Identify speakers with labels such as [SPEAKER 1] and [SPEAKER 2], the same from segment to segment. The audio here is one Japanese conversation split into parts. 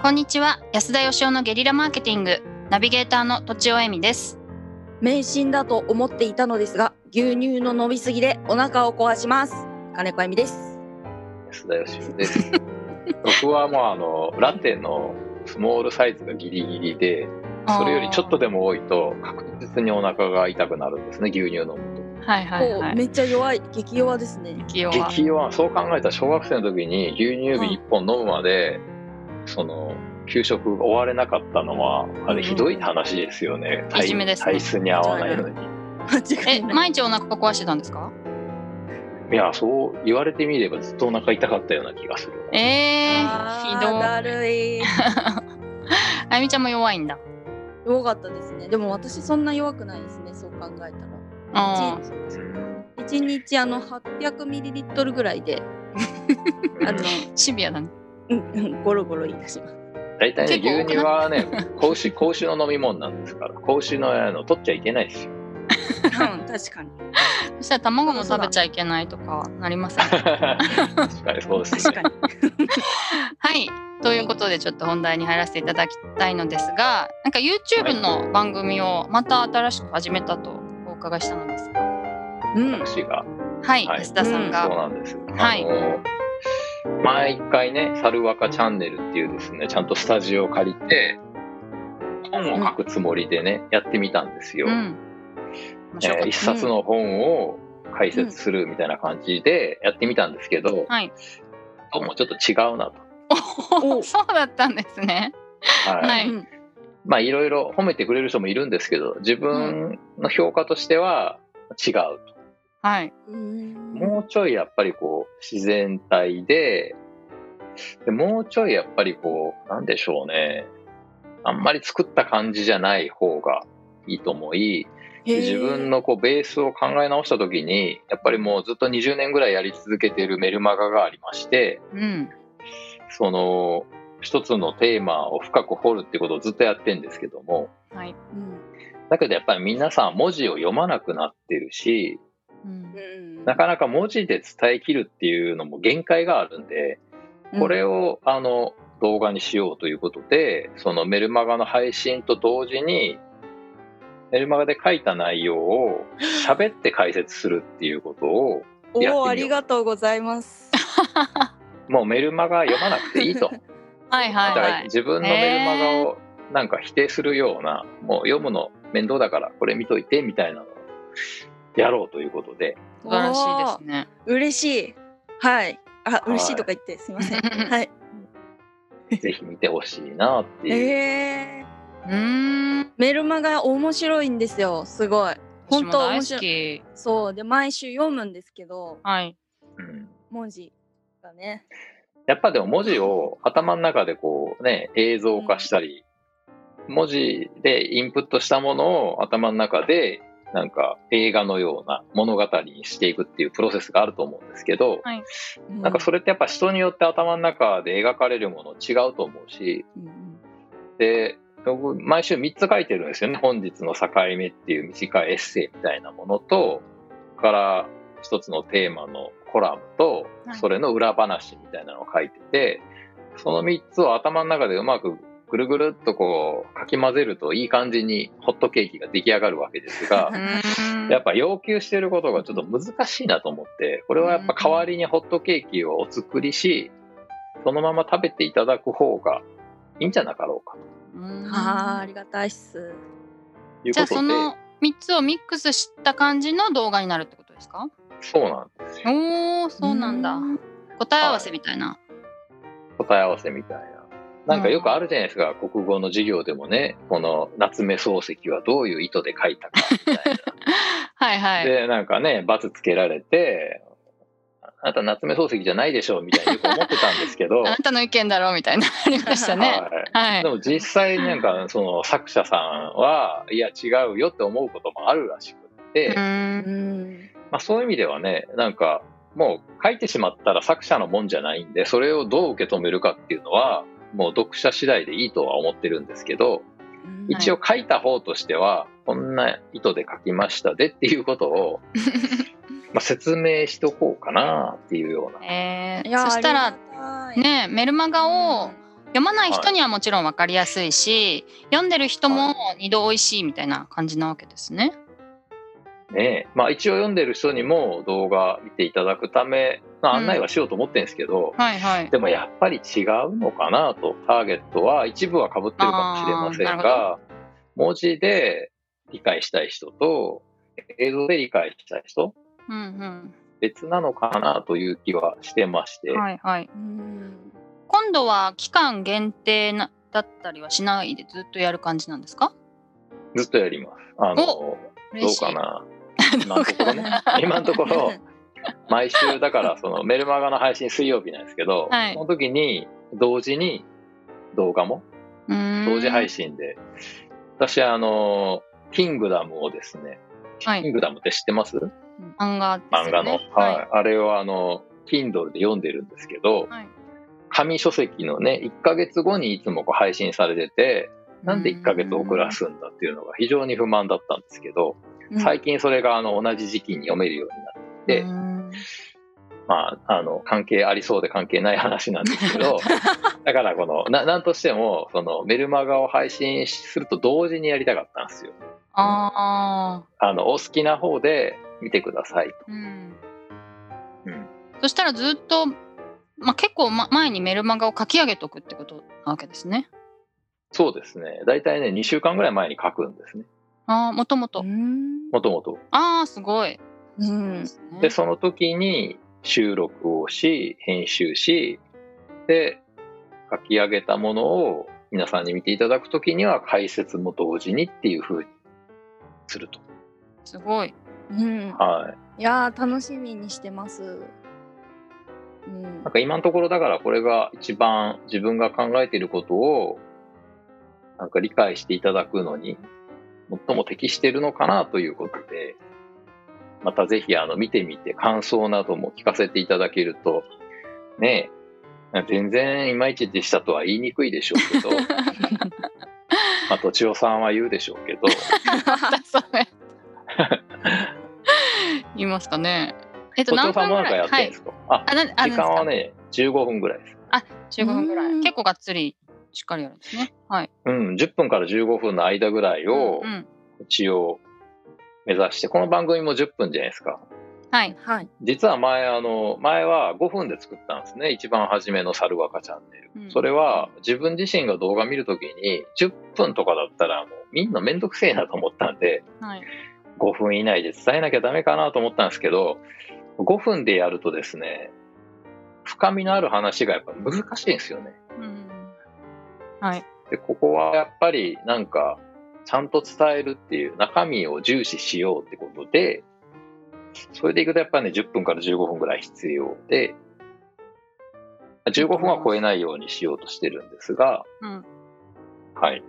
[SPEAKER 1] こんにちは安田義生のゲリラマーケティングナビゲーターの土地尾恵美です
[SPEAKER 2] 迷信だと思っていたのですが牛乳の飲みすぎでお腹を壊します金子あゆみです
[SPEAKER 3] 安田義生です僕はもうあのラテのスモールサイズがギリギリでそれよりちょっとでも多いと確実にお腹が痛くなるんですね牛乳飲む
[SPEAKER 1] とはいはいは
[SPEAKER 2] こう
[SPEAKER 1] い
[SPEAKER 2] めっちゃ弱い激弱ですね
[SPEAKER 1] 激弱
[SPEAKER 3] 激弱そう考えたら小学生の時に牛乳瓶1本飲むまで、その給食終われなかったのはあれひどい話ですよね,体、
[SPEAKER 1] いじめですね
[SPEAKER 3] 体質に合わないのに
[SPEAKER 2] 間
[SPEAKER 1] え
[SPEAKER 2] 違いない
[SPEAKER 1] 毎日お腹壊してたんですか
[SPEAKER 3] いやそう言われてみればずっとお腹痛かったような気がする
[SPEAKER 1] えー、ひ
[SPEAKER 2] あー
[SPEAKER 1] どいあ
[SPEAKER 2] だるい
[SPEAKER 1] ゆみちゃんも弱いんだ
[SPEAKER 2] 弱かったですねでも私そんな弱くないですねそう考えたら
[SPEAKER 1] あ
[SPEAKER 2] 一日あの800ミリリットルぐらいであの
[SPEAKER 1] ーシビアだね
[SPEAKER 2] うんうんゴロゴロ言い出します
[SPEAKER 3] 大体ね
[SPEAKER 1] 結構
[SPEAKER 3] 牛乳 はね格子格子の飲み物なんですから格子のあの取っちゃいけないで すよ
[SPEAKER 2] うん確かに
[SPEAKER 1] そしたら卵も食べちゃいけないとかなりません は
[SPEAKER 3] 確かにそうです
[SPEAKER 2] 確
[SPEAKER 3] ね
[SPEAKER 2] かに
[SPEAKER 1] いということでちょっと本題に入らせていただきたいのですがなんか YouTube の番組をまた新しく始めたとお伺いしたのですが
[SPEAKER 2] うん
[SPEAKER 3] 私が
[SPEAKER 1] はい、
[SPEAKER 3] はい
[SPEAKER 1] 安田さん
[SPEAKER 3] そう
[SPEAKER 1] が、
[SPEAKER 3] なんです、
[SPEAKER 1] はい
[SPEAKER 3] あの毎回ね「サルワカチャンネル」っていうですねちゃんとスタジオを借りて本を書くつもりでね、やってみたんですよ、
[SPEAKER 1] うん面白か
[SPEAKER 3] え
[SPEAKER 1] っ
[SPEAKER 3] ー一冊の本を解説するみたいな感じでやってみたんですけど、
[SPEAKER 1] た、はい
[SPEAKER 3] どうもちょっと違うなと、
[SPEAKER 2] お
[SPEAKER 1] そうだったんですね。
[SPEAKER 3] はい
[SPEAKER 1] はい
[SPEAKER 2] うん
[SPEAKER 3] まあいろいろ褒めてくれる人もいるんですけど自分の評価としては違うと、
[SPEAKER 1] はい。
[SPEAKER 2] うん
[SPEAKER 3] もうちょいやっぱりこう自然体ででもうちょいやっぱりこうなんでしょうねあんまり作った感じじゃない方がいいと思い
[SPEAKER 2] へー
[SPEAKER 3] 自分のこうベースを考え直した時にやっぱりもうずっと20年ぐらいやり続けているメルマガがありまして
[SPEAKER 1] うん。
[SPEAKER 3] その一つのテーマを深く掘るってことをずっとやってるんですけども
[SPEAKER 1] はい。
[SPEAKER 2] うん
[SPEAKER 3] だけどやっぱり皆さん文字を読まなくなってるし
[SPEAKER 1] うん
[SPEAKER 2] う。ん
[SPEAKER 3] なかなか文字で伝えきるっていうのも限界があるんでこれをあの動画にしようということでそのメルマガの配信と同時にメルマガで書いた内容を喋って解説するっていうことを
[SPEAKER 2] お
[SPEAKER 3] やってみよ
[SPEAKER 2] お
[SPEAKER 3] う
[SPEAKER 2] ーありがとうございます。
[SPEAKER 3] もうメルマガ読まなくて いいと
[SPEAKER 1] はいは
[SPEAKER 3] だ
[SPEAKER 1] いは
[SPEAKER 3] から
[SPEAKER 1] い。
[SPEAKER 3] 自分のメルマガをなんか否定するようなもう読むの面倒だからこれ見といてみたいなのをやろうということで
[SPEAKER 1] 素晴らしいですね。
[SPEAKER 2] 嬉しい。はい。あ、
[SPEAKER 3] い
[SPEAKER 2] 嬉しいとか言ってすみま せん。はい。
[SPEAKER 3] ぜひ見てほしいなっ
[SPEAKER 2] え
[SPEAKER 3] ていう。
[SPEAKER 2] え
[SPEAKER 1] うーん。
[SPEAKER 2] メルマガ面白いんですよ。すごい。
[SPEAKER 1] 私
[SPEAKER 2] 本
[SPEAKER 1] も
[SPEAKER 2] 当
[SPEAKER 1] 大
[SPEAKER 2] 面
[SPEAKER 1] 好
[SPEAKER 2] 白い。
[SPEAKER 1] き。
[SPEAKER 2] そうで毎週読むんですけど、
[SPEAKER 1] はい。
[SPEAKER 3] うん
[SPEAKER 2] 文字がね。
[SPEAKER 3] やっぱでも文字を頭の中でこうね、映像化したり、文字でインプットしたものを頭の中でなんか映画のような物語にしていくっていうプロセスがあると思うんですけど、
[SPEAKER 1] はい
[SPEAKER 3] なんかそ
[SPEAKER 2] れ。
[SPEAKER 3] れってやっぱ人によって頭の中で描かれるもの違うと思うし、
[SPEAKER 2] うん
[SPEAKER 3] で、僕毎週3つ書いてるんですよね。本日の境目っていう短いエッセイみたいなものと、それから一つのテーマのコラムと
[SPEAKER 1] はい、
[SPEAKER 3] それの裏話みたいなのを書いてて、その3つを頭の中でうまくぐるぐるっとこう、かき混ぜるといい感じにホットケーキが出来上がるわけです
[SPEAKER 1] う
[SPEAKER 3] が、
[SPEAKER 1] ーん。
[SPEAKER 3] やっぱ要求してることがちょっと難しいなと思って、これはやっぱ代わりにホットケーキをお作りし、そのまま食べていただく方がいいんじゃなかろうかと。
[SPEAKER 1] うーん
[SPEAKER 2] あーありがたいっす。
[SPEAKER 3] いう
[SPEAKER 1] じゃ
[SPEAKER 3] こ
[SPEAKER 1] あそ
[SPEAKER 3] とで、
[SPEAKER 1] の三つをミックスした感じの動画になるってことですか？
[SPEAKER 3] そうなんですよ。
[SPEAKER 1] おお、そうなんだ。答え合わせみたいな。
[SPEAKER 3] 答え合わせみたいな。なんかよくあるじゃないですか、国語の授業でもね、この夏目漱石はどういう意図で書いたかみた い
[SPEAKER 1] はいは
[SPEAKER 3] な。
[SPEAKER 1] い。
[SPEAKER 3] で、なんかね、罰つけられて、あなた夏目漱石じゃないでしょうみたいによく思ってたんですけど、
[SPEAKER 1] あなたの意見だろうみたいなありましたね。
[SPEAKER 3] はい
[SPEAKER 1] はい
[SPEAKER 3] で。も実際なんかその作者さんはいや違うよって思うこともあるらしくって、
[SPEAKER 1] うー。
[SPEAKER 2] うんん。
[SPEAKER 3] まあ、そういう意味ではねなんかもう書いてしまったら作者のもんじゃないんでそれをどう受け止めるかっていうのはもう読者次第でいいとは思ってるんですけど
[SPEAKER 2] うん
[SPEAKER 3] 一応書いた方としてはこんな意図で書きましたでっていうことをまあ説明しとこうかなっていうような。
[SPEAKER 1] え
[SPEAKER 2] い
[SPEAKER 1] ー、
[SPEAKER 2] や
[SPEAKER 1] そしたら
[SPEAKER 2] ありがたい
[SPEAKER 1] ねメルマガを読まない人にはもちろん分かりやすいし、読んでる人も二度おいしいみたいな感じなわけですね。
[SPEAKER 3] ねえまあ、一応読んでる人にも動画見ていただくための案内はしようと思ってるんですけど、
[SPEAKER 1] はいはい。
[SPEAKER 3] でもやっぱり違うのかなとターゲットは一部は被ってるかもしれません
[SPEAKER 1] あーな
[SPEAKER 3] が文字で理解したい人と映像で理解したい人
[SPEAKER 1] うん
[SPEAKER 3] 別なのかなという気はしてまして、
[SPEAKER 1] うん。はいはい。
[SPEAKER 2] うん
[SPEAKER 1] 今度は期間限定なだったりはしないでずっとやる感じなんですか
[SPEAKER 3] ずっとやります。あのど
[SPEAKER 1] 嬉
[SPEAKER 3] う
[SPEAKER 1] しい
[SPEAKER 3] かな
[SPEAKER 1] ど
[SPEAKER 3] 今の
[SPEAKER 1] う
[SPEAKER 3] と
[SPEAKER 1] か
[SPEAKER 3] ころ
[SPEAKER 1] な
[SPEAKER 3] ね今のところ毎週だからそのメルマガの配信水曜日なんですけど、
[SPEAKER 1] はい
[SPEAKER 3] その時に同時に動画も
[SPEAKER 1] うーん
[SPEAKER 3] 同時配信で、私あのキングダムをですね、
[SPEAKER 1] はい
[SPEAKER 3] キングダムって知ってます
[SPEAKER 1] 漫画ですよね
[SPEAKER 3] 漫画の、はいあれをあの Kindle で読んでるんですけど、
[SPEAKER 1] はい
[SPEAKER 3] 紙書籍のね1ヶ月後にいつもこう配信されててなんで1ヶ月遅らすんだっていうのが非常に不満だったんですけど、
[SPEAKER 2] うん
[SPEAKER 3] 最近それがあの同じ時期に読めるようになって
[SPEAKER 1] うーん
[SPEAKER 3] まあ、あの関係ありそうで関係ない話なんですけどだからこのななんとしてもそのメルマガを配信すると同時にやりたかったんですよ。
[SPEAKER 1] ああ、
[SPEAKER 3] あのお好きな方で見てくださいと。
[SPEAKER 1] うん。
[SPEAKER 3] うん
[SPEAKER 1] そしたらずっと、まあ、結構、ま、前にメルマガを書き上げとくってことなわけですね。
[SPEAKER 3] そうですね大体ね2週間ぐらい前に書くんですね
[SPEAKER 1] ああ、もとも と
[SPEAKER 2] う。ん
[SPEAKER 3] もともと。
[SPEAKER 1] ああ、すごい。
[SPEAKER 2] うん
[SPEAKER 1] ですね
[SPEAKER 3] でその時に収録をし編集しで書き上げたものを皆さんに見ていただく時には解説も同時にっていう風にすると。
[SPEAKER 1] すご い。
[SPEAKER 2] うん
[SPEAKER 3] はい
[SPEAKER 2] いやー楽しみにしてます。うん
[SPEAKER 3] なんか今のところだからこれが一番自分が考えていることをなんか理解していただくのに最も適しているのかなということでまたぜひあの見てみて感想なども聞かせていただけるとねえ全然いまいちでしたとは言いにくいでしょ うけどまあとちおさんは言うでしょう けど
[SPEAKER 1] それ言いますかね。えっ
[SPEAKER 3] と
[SPEAKER 1] と、
[SPEAKER 3] ちお
[SPEAKER 1] 何
[SPEAKER 3] さん
[SPEAKER 1] 分ぐ
[SPEAKER 3] もなんからや
[SPEAKER 1] いは
[SPEAKER 3] ってるん
[SPEAKER 1] い
[SPEAKER 3] ですか、
[SPEAKER 1] あ、な
[SPEAKER 3] あ
[SPEAKER 1] あ
[SPEAKER 3] 時間は
[SPEAKER 1] ね、
[SPEAKER 3] ね15分ぐらいです
[SPEAKER 1] 15分ぐら
[SPEAKER 2] う
[SPEAKER 1] い。
[SPEAKER 2] ん
[SPEAKER 1] 結構がっつりしっかりやるんですね。はい。
[SPEAKER 3] うん10分から15分の間ぐらいを、
[SPEAKER 1] うんうん
[SPEAKER 3] 一応目指してこの番組も10分じゃないですか
[SPEAKER 1] はい。
[SPEAKER 2] はい。
[SPEAKER 3] 実は前あの前は5分で作ったんですね一番初めの「猿若チャンネル」
[SPEAKER 1] うん
[SPEAKER 3] それは自分自身が動画見るときに10分とかだったらもうみんなめんどくせえなと思ったんで
[SPEAKER 1] はい。
[SPEAKER 3] 5分以内で伝えなきゃダメかなと思ったんですけど5分でやるとですね深みのある話がやっぱ難しいんですよね
[SPEAKER 1] うん
[SPEAKER 3] でここはやっぱりなんかちゃんと伝えるっていう中身を重視しようってことでそれでいくとやっぱね10分から15分ぐらい必要で15分は超えないようにしようとしてるんですが、
[SPEAKER 1] うん
[SPEAKER 3] はい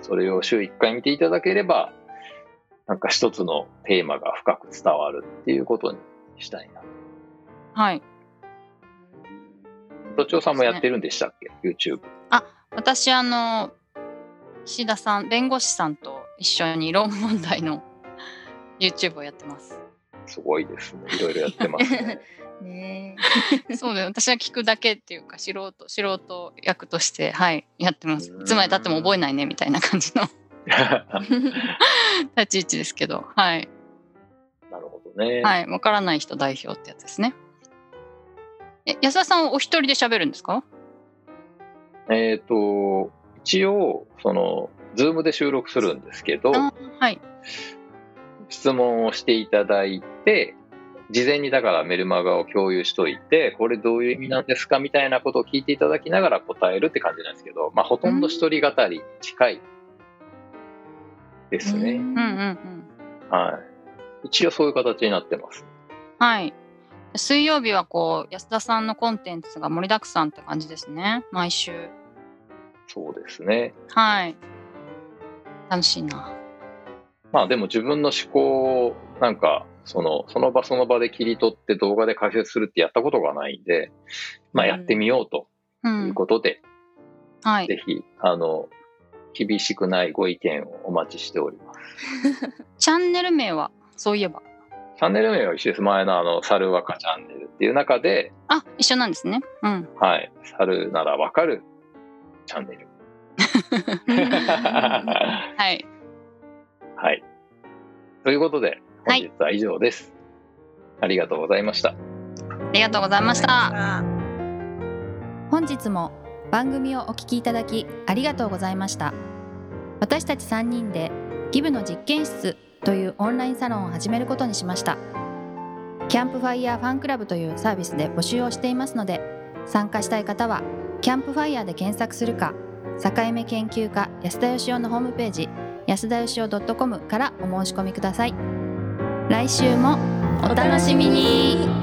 [SPEAKER 3] それを週1回見ていただければなんか一つのテーマが深く伝わるっていうことにしたいな
[SPEAKER 1] はい。
[SPEAKER 3] 都庁さんもやってるんでしたっけ YouTube
[SPEAKER 1] 私あの岸田さん弁護士さんと一緒にローン問題の YouTube をやってます。
[SPEAKER 3] すごいですねいろいろやってます ね
[SPEAKER 2] ね
[SPEAKER 1] そうです私は聞くだけっていうか素人素人役としてはいやってます。いつまでたっても覚えないねみたいな感じの 立ち位置ですけど、はい
[SPEAKER 3] なるほどね、
[SPEAKER 1] はいわからない人代表ってやつですね。え安田さんはお一人で喋るんですか？
[SPEAKER 3] えっ、と、一応、その、ズームで収録するんですけど、
[SPEAKER 1] あはい
[SPEAKER 3] 質問をしていただいて、事前にだからメルマガを共有しといて、これどういう意味なんですかみたいなことを聞いていただきながら答えるって感じなんですけど、まあ、ほとんど一人語りに近いですね。
[SPEAKER 1] うん うんうん。
[SPEAKER 3] はい。一応そういう形になってます。
[SPEAKER 1] はい。水曜日はこう安田さんのコンテンツが盛りだくさんって感じですね。毎週。
[SPEAKER 3] そうですね。
[SPEAKER 1] はい。楽しいな。
[SPEAKER 3] まあでも自分の思考をなんかそのその場その場で切り取って動画で解説するってやったことがないんで、まあ、やってみようと
[SPEAKER 1] う。
[SPEAKER 3] いうんことで、
[SPEAKER 1] はい。
[SPEAKER 3] ぜひあの厳しくないご意見をお待ちしております。
[SPEAKER 1] チャンネル名はそういえば。
[SPEAKER 3] チャンネル名は一緒です前のあの「猿若チャンネル」っていう中で
[SPEAKER 1] あ、一緒なんですね。うん。
[SPEAKER 3] 「はい、猿ならわかるチャンネル。
[SPEAKER 2] は
[SPEAKER 1] はい。
[SPEAKER 3] はい。ということで、
[SPEAKER 1] は
[SPEAKER 3] 本
[SPEAKER 1] い
[SPEAKER 3] 日は以上です。ありがとうございました。
[SPEAKER 1] ありがとうございました。
[SPEAKER 4] 本日も番組をお聞きいただきありがとうございました私たち3人でギブの実験室というオンラインサロンを始めることにしましたキャンプファイヤーファンクラブというサービスで募集をしていますので参加したい方はキャンプファイヤーで検索するか境目研究家安田義雄のホームページ安田義雄 .com からお申し込みください来週もお楽しみに